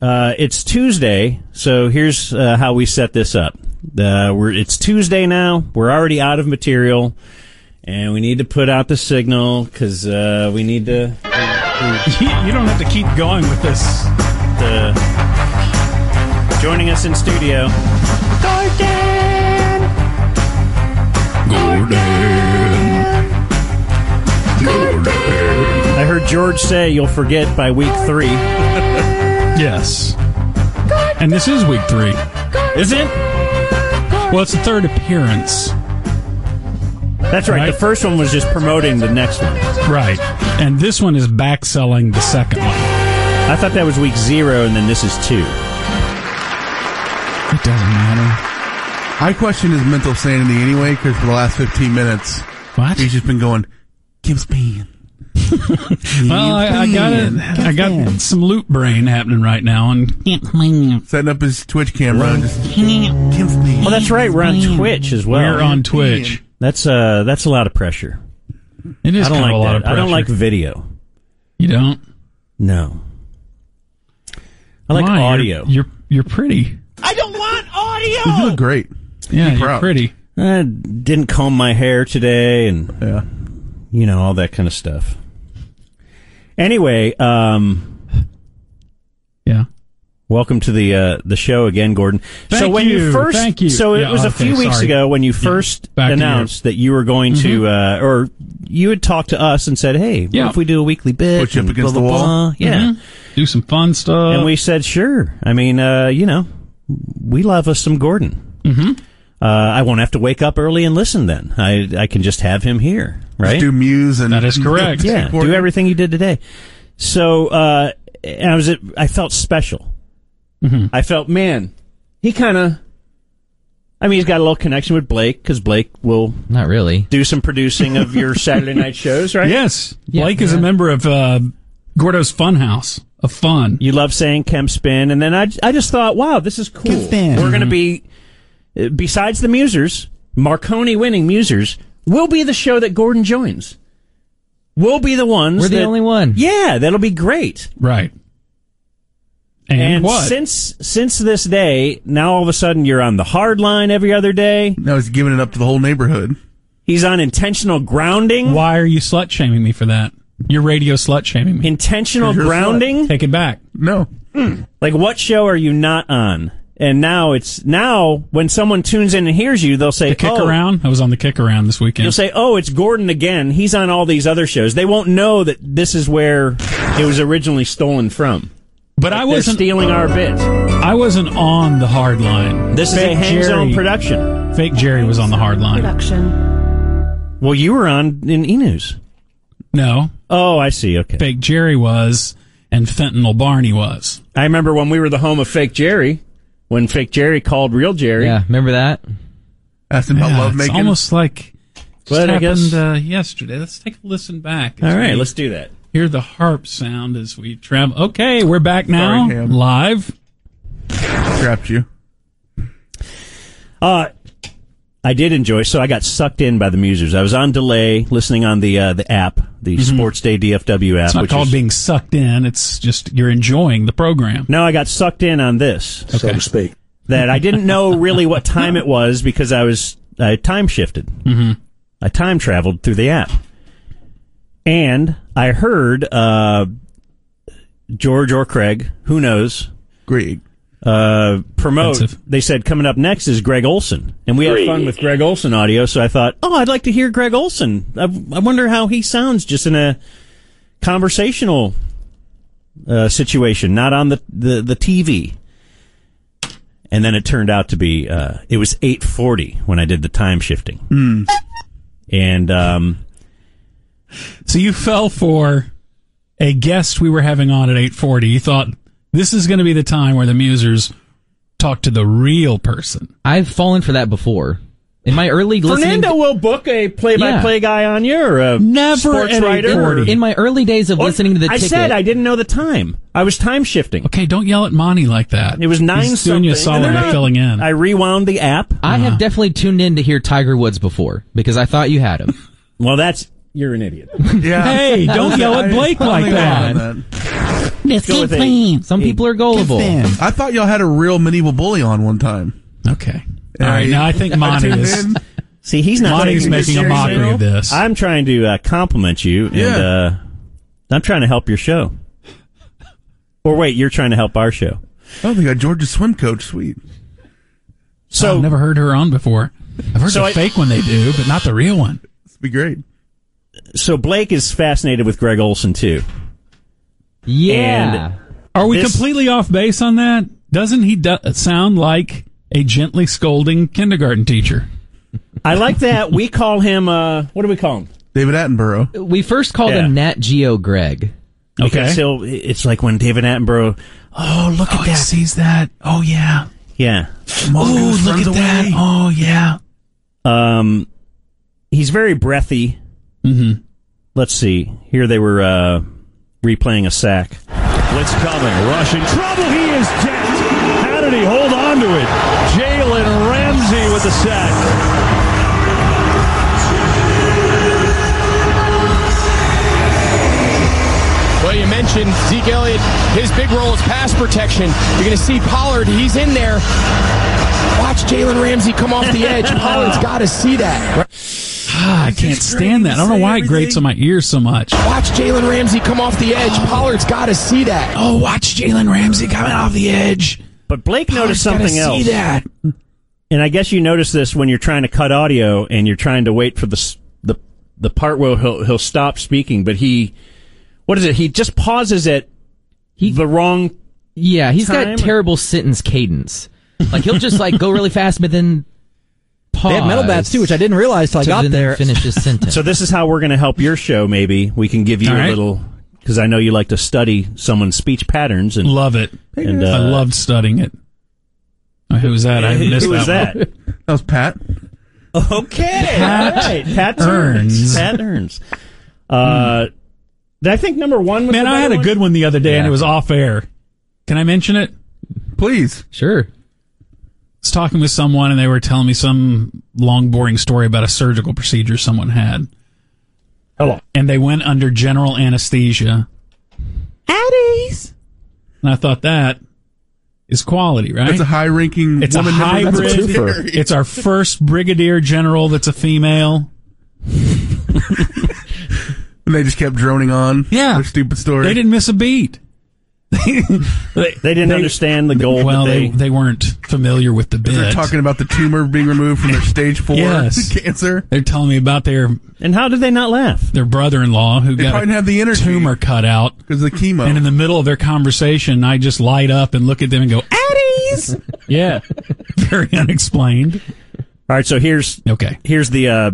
Uh, it's Tuesday, so here's uh, how we set this up. Uh, we're, it's Tuesday now. We're already out of material, and we need to put out the signal because uh, we need to. You, you don't have to keep going with this. the joining us in studio. I heard George say you'll forget by week three. Yes. And this is week three. Is it? Well, it's the third appearance. That's right. Right. The first one was just promoting the next one. Right. And this one is back selling the second one. I thought that was week zero, and then this is two. It doesn't matter. I question his mental sanity anyway, because for the last 15 minutes, What? he's just been going, Kim's pan. Well, I, I got it. I got some loop brain happening right now, and Setting up his Twitch camera and just, Kim's Well, pan. Oh, that's right. We're on Twitch as well. Mm. we're on Twitch. That's uh, that's a lot of pressure. It is I don't kind like of a lot that. of pressure. I don't like video. You don't. No. I like Why? You're- audio. You're, you're pretty. Dude, you look great. Yeah, Be you're proud. pretty. I didn't comb my hair today, and Yeah. you know all that kind of stuff. Anyway, um, Yeah. welcome to the uh, the show again, Gordon. so Thank when you, you, first, thank you. so it Yeah, was a okay, few weeks sorry. ago when you Yeah, first back to you. announced that you were going to, uh, or you had talked to us and said, "Hey, Yeah. what if we do a weekly bit?" Put you up and against blah, the blah, wall. blah. Yeah. Mhm. Do some fun stuff. and we said sure. I mean, uh, you know, we love us some Gordon. Mm-hmm. Uh, I won't have to wake up early and listen. Then I I can just have him here, right? Just do Muse and. That is correct. yeah, Gordon. do everything you did today. So uh, and I was I felt special. Mm-hmm. I felt man, he kind of. I mean, he's got a little connection with Blake because Blake will Not really. do some producing of your Saturday night shows, right? Yes. Blake is a member of uh, Gordo's Funhouse of Fun. you love saying Kemp Spin, and then I, I just thought, wow, this is cool. We're Mm-hmm. going to be, uh, besides the Musers, Marconi winning Musers, we'll be the show that Gordon joins. We'll be the ones. We're the that- only one. Yeah, that'll be great. Right. And, what? since since this day, now all of a sudden you're on the hard line every other day. Now he's giving it up to the whole neighborhood. He's on intentional grounding. Why are you slut shaming me for that? You're radio slut shaming me. Intentional You're a slut. grounding. Take it back. No. Like, what show are you not on? And now it's now when someone tunes in and hears you, they'll say, The kick "Oh, around. I was on the kick around this weekend. You'll say, "Oh, it's Gordon again. He's on all these other shows." They won't know that this is where it was originally stolen from. but I They're wasn't. stealing our bit. I wasn't on the hard line. This is a Fake Hang Zone Jerry- production. Fake Jerry was on the hard line. Production. Well, you were on in E News. No, Oh, I see. Okay, fake Jerry was, and fentanyl Barney was. I remember when we were the home of Fake Jerry. When Fake Jerry called Real Jerry. Yeah, remember that? Asking about Yeah, love It's making. almost like just But I happened guess- uh, yesterday. Let's take a listen back. as All right, we let's do that. hear the harp sound as we travel. Okay, we're back now, Sorry, Ham. live. trapped you. Uh I did enjoy. So I got sucked in by the musers. I was on delay, listening on the uh, the app, the Sports Day DFW app. Mm-hmm. It's not which called is- being sucked in. It's just you're enjoying the program. no, I got sucked in on this. so to speak. that I didn't know really what time it was because I was I time shifted. Mm-hmm. I time traveled through the app, and I heard uh, George or Craig, who knows, Great. uh, promote. Offensive. They said coming up next is Greg Olson, and we had fun with Greg Olson audio. So I thought, oh, I'd like to hear Greg Olson. I, I wonder how he sounds just in a conversational uh, situation, not on the, the the TV. And then it turned out to be uh, it was eight forty when I did the time shifting, Hmm. and um, So you fell for a guest we were having on at 8:40. You thought this is going to be the time where the musers talk to the real person. I've fallen for that before. In my early listening, Fernando will book a play-by-play guy on you or a Never sports at writer. or- 8:40. in my early days of Oh, listening to the I ticket, said I didn't know the time. I was time shifting. Okay, don't yell at Monty like that. It was nine He's doing you a something, and solid they're by not- filling in. I rewound the app. I have definitely tuned in to hear Tiger Woods before because I thought you had him. Well, that's you're an idiot. Yeah. hey, don't yell at Blake I like don't think I'm on that. that. Let's go with a, Some people are gullible. I thought y'all had a real medieval bully on one time. Okay. All right. Now I think Monty tuned is. in. see, he's not Monty's taking this making a seriously. mockery of this. I'm trying to uh, compliment you, and Yeah. uh, I'm trying to help your show. Or wait, you're trying to help our show. Oh, they got Georgia's swim coach. Sweet. So I've never heard her on before. I've heard So the I- fake one they do, but not the real one. This would be great. so Blake is fascinated with Greg Olson too. Yeah. Are we This- completely off base on that? Doesn't he do- sound like a gently scolding kindergarten teacher? I like that we call him. Uh, what do we call him? David Attenborough. we first called Yeah. him Nat Geo Greg. Okay. So it's like when David Attenborough. Oh, look oh, at he that. sees that. Oh yeah. Yeah. Oh, look at that. Oh yeah. Um, he's very breathy. Mm-hmm. Let's see. Here they were uh, replaying a sack. Blitz coming, rush in trouble. He is decked. How did he hold on to it? Jalen Ramsey with the sack. Well, you mentioned Zeke Elliott. His big role is pass protection. You're going to see Pollard. He's in there. Watch Jalen Ramsey come off the edge. Pollard's got to see that. Ah, I can't stand that. I don't know why it grates on my ears so much. Watch Jalen Ramsey come off the edge. Pollard's got to see that. Oh, watch Jalen Ramsey coming off the edge. But Blake noticed Pollard's gotta something else. See that. and I guess you notice this when you're trying to cut audio and you're trying to wait for the s- the the part where he'll he'll stop speaking, but he what is it? He just pauses at the wrong. Yeah, he's Time- got terrible sentence cadence. Like he'll just like go really fast, but then pause. They had metal bats too, which I didn't realize till I uh, to got then there. Finish his sentence. So this is how we're going to help your show. Maybe we can give you All a right. little because I know you like to study someone's speech patterns and. Love it. and I uh, loved studying it. Oh, who was that? I missed Who was that. that? That was Pat. Okay. Pat All right. Pat Earns. Earns. Pat Earns. Uh, I think number one was Man, the I had better a good one the other day, and Yeah. it was off air. Can I mention it? Please. sure. was talking with someone and they were telling me some long boring story about a surgical procedure someone had. Hello. And they went under general anesthesia. Addies. And I thought that is quality, right? That's a high ranking It's a woman member of the hybrid. military. it's our first brigadier general that's a female. And they just kept droning on. Yeah. Their stupid story. They didn't miss a beat. they, They didn't understand the goal. Well, that they, they, they weren't familiar with the bit. They're talking about the tumor being removed from their stage four Yes. cancer. They're telling me about their and how did they not laugh? their brother-in-law who They got probably didn't a have the energy tumor cut out. because of the chemo. And in the middle of their conversation, I just light up and look at them and go, Addies! yeah. Very unexplained. All right, so here's Okay. here's the uh,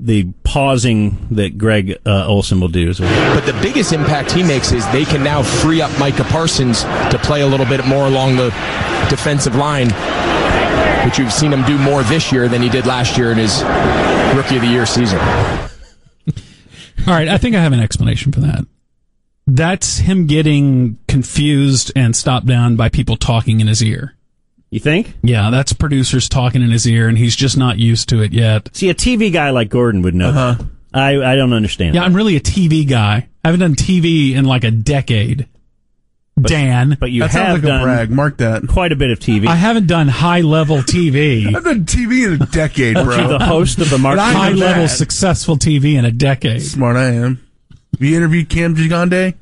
the pausing that Greg uh, Olson will do. So- But the biggest impact he makes is they can now free up Micah Parsons to play a little bit more along the defensive line, which you've seen him do more this year than he did last year in his rookie of the year season. All right. I think I have an explanation for that. That's him getting confused and stopped down by people talking in his ear. you think? Yeah, that's producers talking in his ear, and he's just not used to it yet. See, a TV guy like Gordon would know. that. I I don't understand. Uh-huh. Yeah, that. I'm really a TV guy. I haven't done TV in like a decade. Dan, but you that sounds have like done a brag. Mark that. quite a bit of TV. I haven't done high level TV. I've done TV in a decade, You're the bro. host of the Mark. And I- high know level that. successful TV in a decade. Smart I am. Have you interviewed Cam Gigande?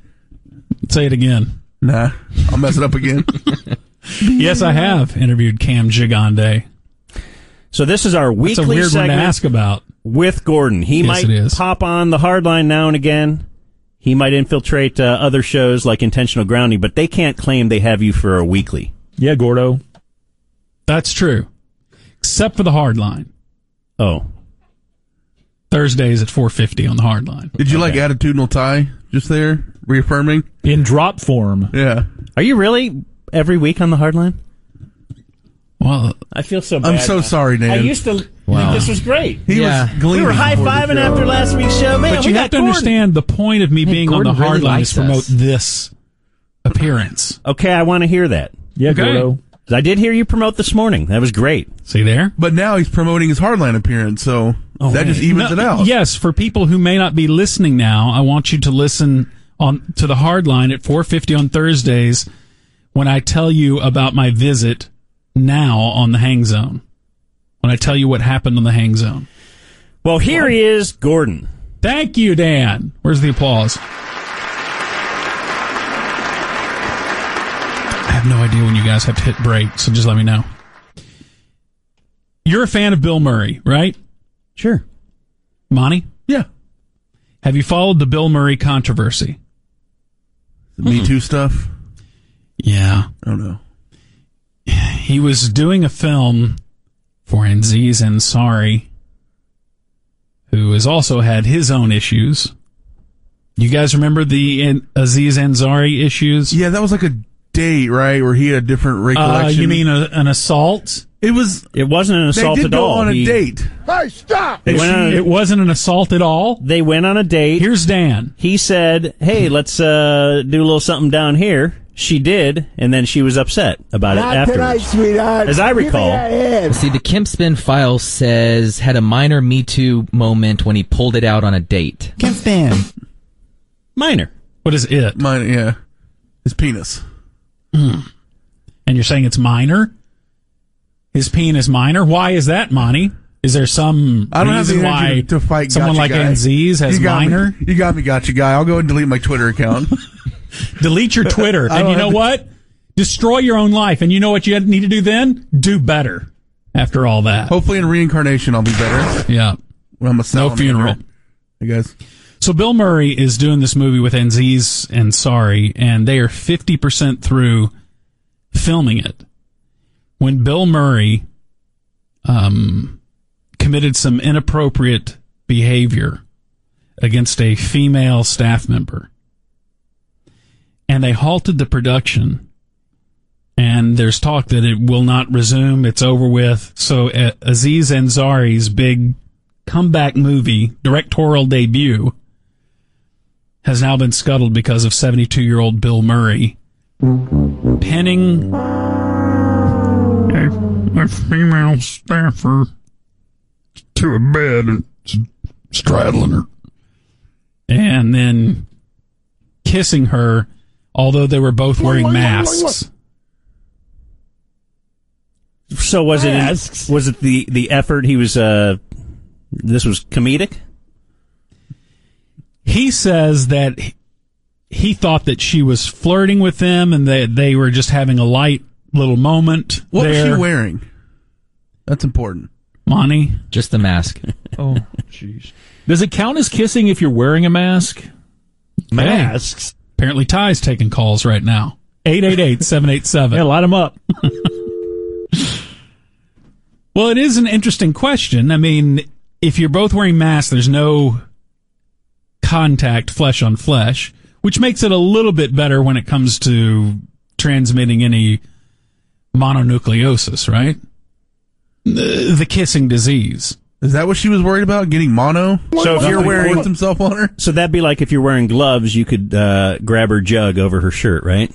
Say it again. Nah. I'll mess it up again. Yes, I have interviewed Cam Gigande. so this is our It's a weekly weird one to segment ask about. with Gordon. He Yes, it might is. pop on the hard line now and again. He might infiltrate uh, other shows like intentional grounding, but they can't claim they have you for a weekly. Yeah, Gordo. That's true. Except for the hard line. Oh, Thursdays at 450 on the hard line. Did you like attitudinal tie just there? Reaffirming? In drop form. Yeah. are you really every week on the hard line? Well, I feel so bad. I'm so now. sorry, Dan. I used to. This was great. he Yeah. was gleaming We were high before the fiving show. after last week's show, man. but we you got have to Gordon. understand the point of me Hey, being Gordon on the hard really line is likes promote us. this appearance. Okay, I want to hear that. Yeah, Okay. Gordo. 'Cause I did hear you promote this morning. That was great. See there? But now he's promoting his hardline appearance, so that just evens Oh, No, it out. Yes, for people who may not be listening now, I want you to listen on to the hard line at 4:50 on Thursdays when I tell you about my visit now on the Hang Zone. When I tell you what happened on the Hang Zone. Well, here he is, Gordon. Thank you, Dan. Where's the applause? I have no idea when you guys have to hit break, so just let me know. You're a fan of Bill Murray, right? Sure. Monty? Yeah. Have you followed the Bill Murray controversy? Mm-hmm. The Me Too stuff. Yeah. I don't know. He was doing a film for Aziz Ansari, who has also had his own issues. You guys remember the An- Aziz Ansari issues? Yeah, that was like a date, right? Where he had a different Uh, recollection. you mean a, an assault? it was? It wasn't an They assault did at go all. on a He- date. They went, Uh, on It a, wasn't an assault at all. they went on a date. Here's Dan. he said, "Hey, let's uh, do a little something down here." She did, and then she was upset about it afterwards. As I recall, See, the Kemp Spin file says had a minor Me Too moment when he pulled it out on a date. minor. What is it? Mine, yeah. His penis. And you're saying it's minor? His peen is minor? Why is that, Monty? Is there some I don't have the reason why energy to fight. someone gotcha like guy. Aziz has you got me- minor? You got me, gotcha guy. I'll go and delete my Twitter account. Delete your Twitter. I and don't you know have- what? Destroy your own life. And you know what you need to do then? Do better after all that. Hopefully, in reincarnation, I'll be better. Yeah. When I'm a No salamander. funeral. I guess. So Bill Murray is doing this movie with Aziz Ansari, and they are fifty percent through filming it. When Bill Murray um, committed some inappropriate behavior against a female staff member, and they halted the production. And there's talk that it will not resume; it's over with. So uh, Aziz Ansari's big comeback movie directorial debut has now been scuttled because of 72 year old Bill Murray penning a, a female staffer to a bed and s- straddling her and then kissing her, although they were both wearing masks. So was it? Masks. was it the the effort he was? Uh, this was comedic. he says that he- he thought that she was flirting with him and that they were just having a light little moment What was there. she wearing? That's important. Monty, Just the mask. Oh, jeez. Does it count as kissing if you're wearing a mask? masks. Apparently, Ty's taking calls right now. 888-787. Yeah, light them up. Well, it is an interesting question. I mean, if you're both wearing masks, there's no contact flesh on flesh, which makes it a little bit better when it comes to transmitting any mononucleosis, right? The, the kissing disease. Is that what she was worried about? Getting mono? So if you're Somebody wearing, forced himself on her so that'd be like if you're wearing gloves, you could uh, grab her jug over her shirt, right?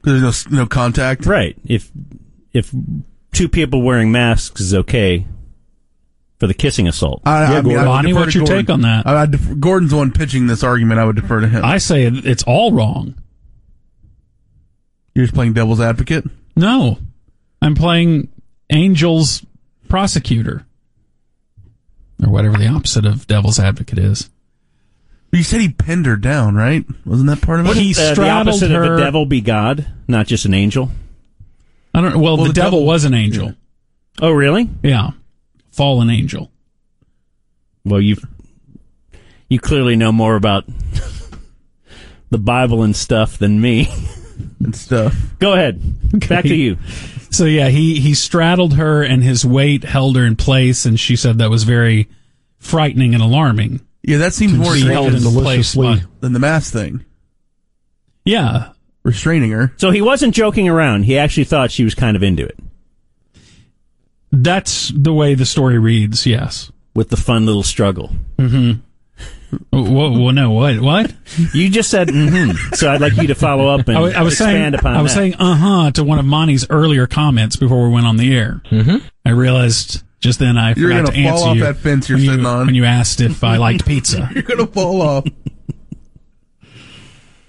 because there's no s- no contact. Right. If if two people wearing masks is okay for the kissing assault, I, Yeah, Gordon. Bonnie, defer what's to your Gordon. take on that? I, I def- Gordon's the one pitching this argument. I would defer to him. I say it- it's all wrong. You're just playing devil's advocate. No, I'm playing Angel's prosecutor, or whatever the opposite of devil's advocate is. But you said he pinned her down, right? Wasn't that part of it? He uh, the straddled opposite her. of a devil be God, not just an angel. I don't. Well, Well, the, the devil, devil- was an angel. Oh, really? Yeah. fallen angel. Well, you you clearly know more about the Bible and stuff than me. and stuff. Go ahead. Back to you. So yeah, he he straddled her, and his weight held her in place, and she said that was very frightening and alarming. Yeah, that seems more Be held egregious in place deliciously. by- than the mass thing. yeah, Restraining her. So he wasn't joking around. He actually thought she was kind of into it that's the way the story reads. Yes. with the fun little struggle. Whoa, whoa, no, what, what? You just said, mm-hmm, so I'd like you to follow up and I, was- I was expand saying, upon I was that. saying, uh huh, to one of Monty's earlier comments before we went on the air. Mm-hmm. I realized just then I You're forgot to gonna fall answer off you that fence you're when you- sitting on. when you asked if I liked pizza. You're gonna fall off.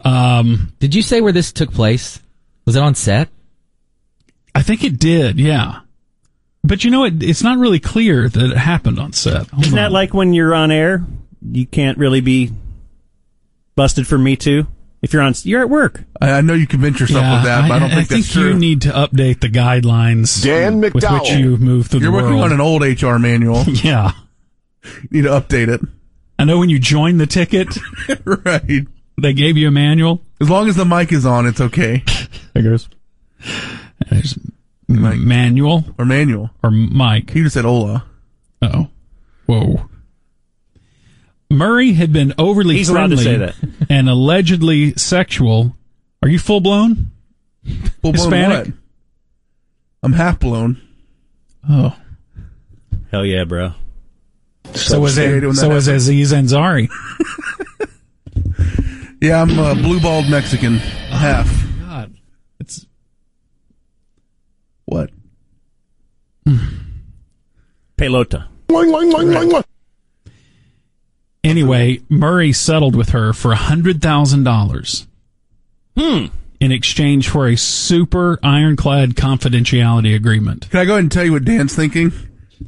Um, Did you say where this took place? Was it on set? I think it did, yeah. But you know, it, it's not really clear that it happened on set. Hold Isn't that on. like when you're on air, you can't really be busted for Me Too if you're on. You're at work. I, I know you convince yourself Yeah, of that, but I, don't think that's true. you need to update the guidelines Dan with which McDowell. you move through You're the working world. on an old HR manual. you yeah, need to update it. I know when you join the ticket, right. they gave you a manual. As long as the mic is on, it's okay. There goes. There's Mike. manual Or manual. or Mike. He just said Ola. Oh, whoa. Murray had been overly He's allowed friendly to say that. and allegedly sexual. Are you full blown? Full blown Hispanic? what? I'm half blown. Oh, Hell yeah, bro. so was stay doing it, that so was Aziz Ansari. Yeah, I'm uh, blue balled Mexican. Half. God, it's What? Pelota. Anyway, Murray settled with her for $100,000 Hmm. in exchange for a super ironclad confidentiality agreement. Can I go ahead and tell you what Dan's thinking?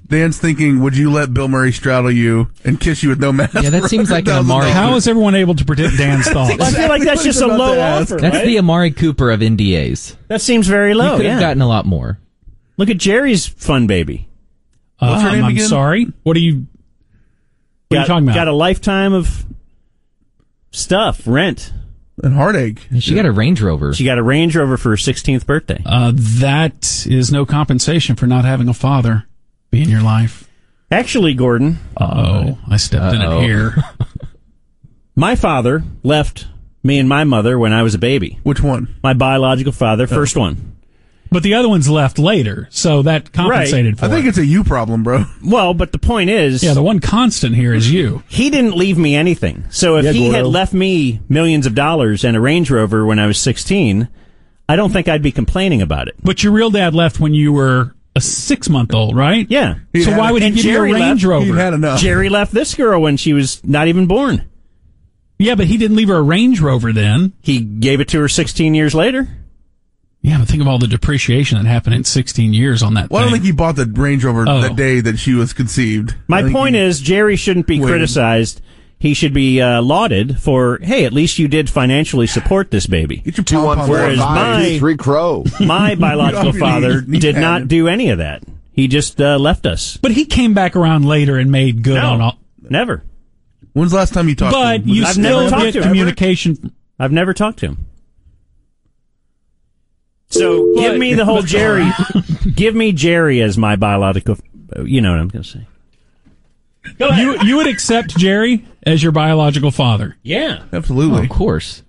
Dan's thinking, would you let Bill Murray straddle you and kiss you with no mask? Yeah, that for seems like an $100,000? Amari. How is everyone able to predict Dan's thoughts? I feel like that's Exactly just a what I was low about to offer. That's right? the Amari Cooper of NDAs. that seems very You low. could have Yeah. gotten a lot more. Look at Jerry's fun baby. Um, her name I'm again? sorry. What are you What are got, you talking about? Got a lifetime of stuff. Rent. And heartache. And She got a Range Rover. She got a Range Rover for her 16th birthday. uh, that is no compensation for not having a father be in your life. Actually, Gordon, Oh, I stepped in Uh-oh. it here. my father left me and my mother when I was a baby. Which one? My biological Oh. father, first one. But the other one's left later, so that compensated for I think it. it's a you problem, bro. Well, but the point is, Yeah, the one constant here is you. he didn't leave me anything. So if Yeah, he had Gordo. left me millions of dollars and a Range Rover when I was 16, I don't think I'd be complaining about it. But your real dad left when you were a six month old, right? Yeah. He so had why a- would he and give you a Jerry Range left. Rover? He'd had enough. Jerry left this girl when she was not even born. Yeah, but he didn't leave her a Range Rover then. He gave it to her 16 years later. Yeah, but think of all the depreciation that happened in 16 years on that Well, I don't thing. think he bought the Range Rover Oh. the day that she was conceived. I My think point he- is, Jerry shouldn't be Wait. criticized. He should be uh, lauded for, hey, at least you did financially support this baby. get your Two pom-pom one four Whereas out. five my- two three crow. My biological He father did had not it. do any of that. He just uh, left us. but he came back around later and made good on No, all. never. When's the last time you talked? to But him? Was you it- I've never still talked get to him. communication. I've never talked to him. So give me the whole Jerry. give me Jerry as my biological. You know what I'm going to say. You you would accept Jerry as your biological father. Yeah. Oh, absolutely. of course.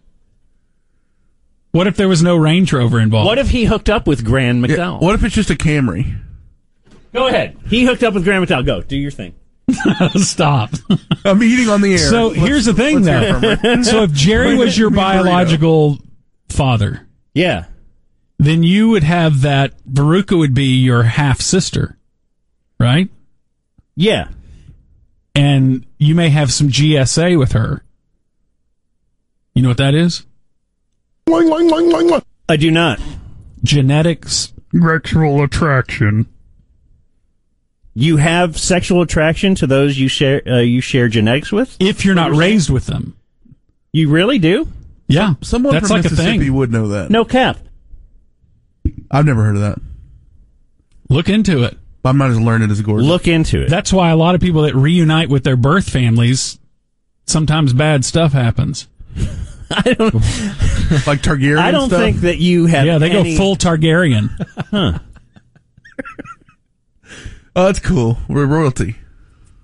What if there was no Range Rover involved? What if he hooked up with Grand Yeah, McDowell? What if it's just a Camry? Go ahead. He hooked up with Grand McDowell. Go do your thing. Stop. I'm eating on the air. So Let's- here's the thing, let's hear though. from her. so if Jerry was your Me burrito. biological father, Yeah. then you would have that. Veruca would be your half sister, right? Yeah. and you may have some GSA with her. You know what that is? I do not. Genetics. Sexual attraction. You have sexual attraction to those you share uh, you share genetics with. If you're not raised with them. You really do? Yeah. Someone that's from like a Mississippi thing. would know that. No cap. I've never heard of that. Look into it. I'm not as learned as Gordon. Look into it. That's why a lot of people that reunite with their birth families, sometimes bad stuff happens. I don't. like Targaryen. I don't stuff. think that you have. Yeah, they go any- full Targaryen. Oh, that's cool. We're royalty.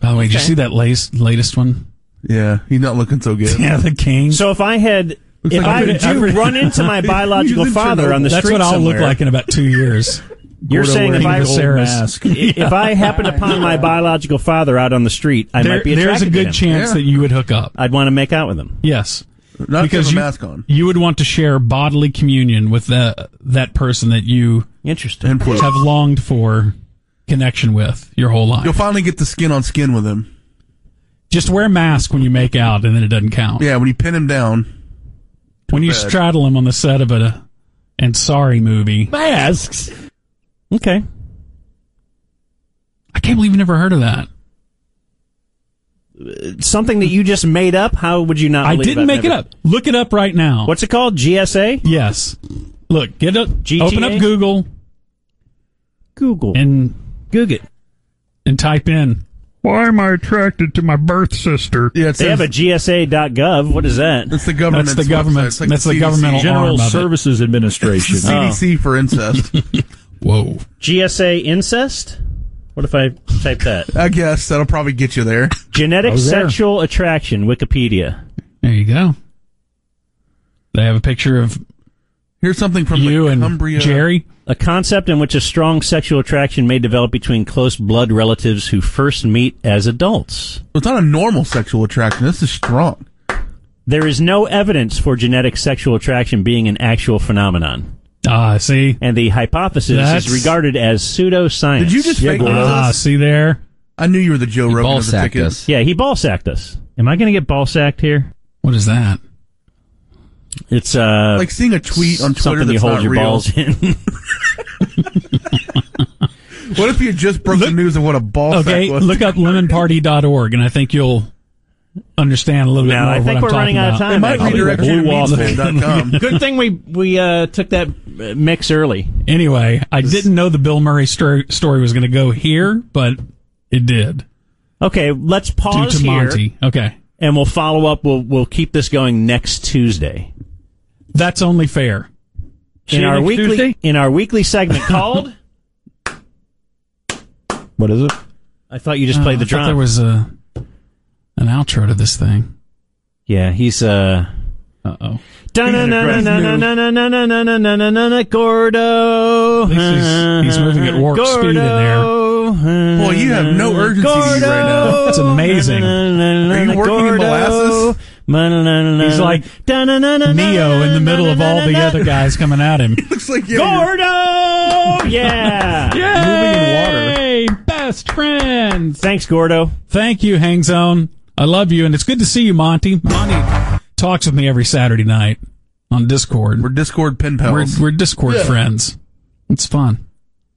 By the way, did you see that latest, latest one? Yeah, he's not looking so good. Yeah, the king. So if I had, if like I I'm do gonna- I'm gonna- run into my biological He's in father on the That's street what I'll somewhere, look like in about two years. you're saying if wearing I, the Sarah mask. if I happen upon my biological father out on the street, I There- might be there's attracted a to good him. chance Yeah. that you would hook up. I'd want to make out with him. Yes. Not because you, a mask on. you would want to share bodily communion with the, that person that you Interesting. And please. have longed for connection with your whole life. You'll finally get the skin on skin with him. Just wear a mask when you make out, and then it doesn't count. Yeah, when you pin him down when you bad. straddle him on the set of a and sorry movie. Masks. Okay. I can't believe you never heard of that. Something that you just made up? How would you not? I believe didn't I've make it never- up. Look it up right now. What's it called? GSA? Yes. Look, get up. GTA? Open up Google Google. and Google. it. and type in. Why am I attracted to my birth sister? Yeah, it They says- have a GSA.gov. What is that? That's the government. That's the government. That's the governmental Oh. General arm of it. Services Administration. It's the CDC for incest. Whoa. GSA incest? What if I type that? I guess that'll probably get you Oh, there. Genetic Over there. sexual attraction, Wikipedia. There you go. They have a picture of Here's something from you the and Cumbria. Jerry. A concept in which a strong sexual attraction may develop between close blood relatives who first meet as adults. It's not a normal sexual attraction. This is strong. There is no evidence for genetic sexual attraction being an actual phenomenon, Ah, see. and the hypothesis That's- is regarded as pseudoscience. Did you just fake one of Ah, us? see there. I knew you were the Joe He Rogan ball of the sacked ticket. us. Yeah, he ball sacked us. Am I going to get ball sacked here? What is that? It's uh Like seeing a tweet on Twitter something that's you hold not your real. balls in. What if you just broke the news of what a ball okay, sack was? look up lemonparty.org and I think you'll understand a little bit now more I of what think I'm we're running out talking of about. time. it might actually. redirect you to Blue waffle. meatspin.com. Good thing we we uh, took that uh, mix early. Anyway, I didn't know the Bill Murray stor- story was going to go here, but it did. Okay, let's Due pause to Oh, here, Monty. Okay. and we'll follow up. We'll we'll keep this going next Tuesday That's only fair. in our next weekly Tuesday? in our weekly segment called. what is it? I thought you just played Uh, the I thought drum. There was a, an outro to this thing. yeah, he's uh. Uh oh. Da-na-na-na-na-na-na-na-na-na-na-na-na-na-na, Gordo. least he's- he's moving at warp speed in there. there. Boy, you have no urgency to you right now. That's amazing. Are you working in molasses? He's like Neo in the middle of all the other guys coming at him. Looks like yeah, you're- Gordo! Yeah. Yay! Best friends. Thanks, Gordo. Thank you, Hang Zone. I love you, and it's good to see you, Monty. Monty talks with me every Saturday night on Discord. we're Discord pen we're, pals. we're Discord friends. It's fun.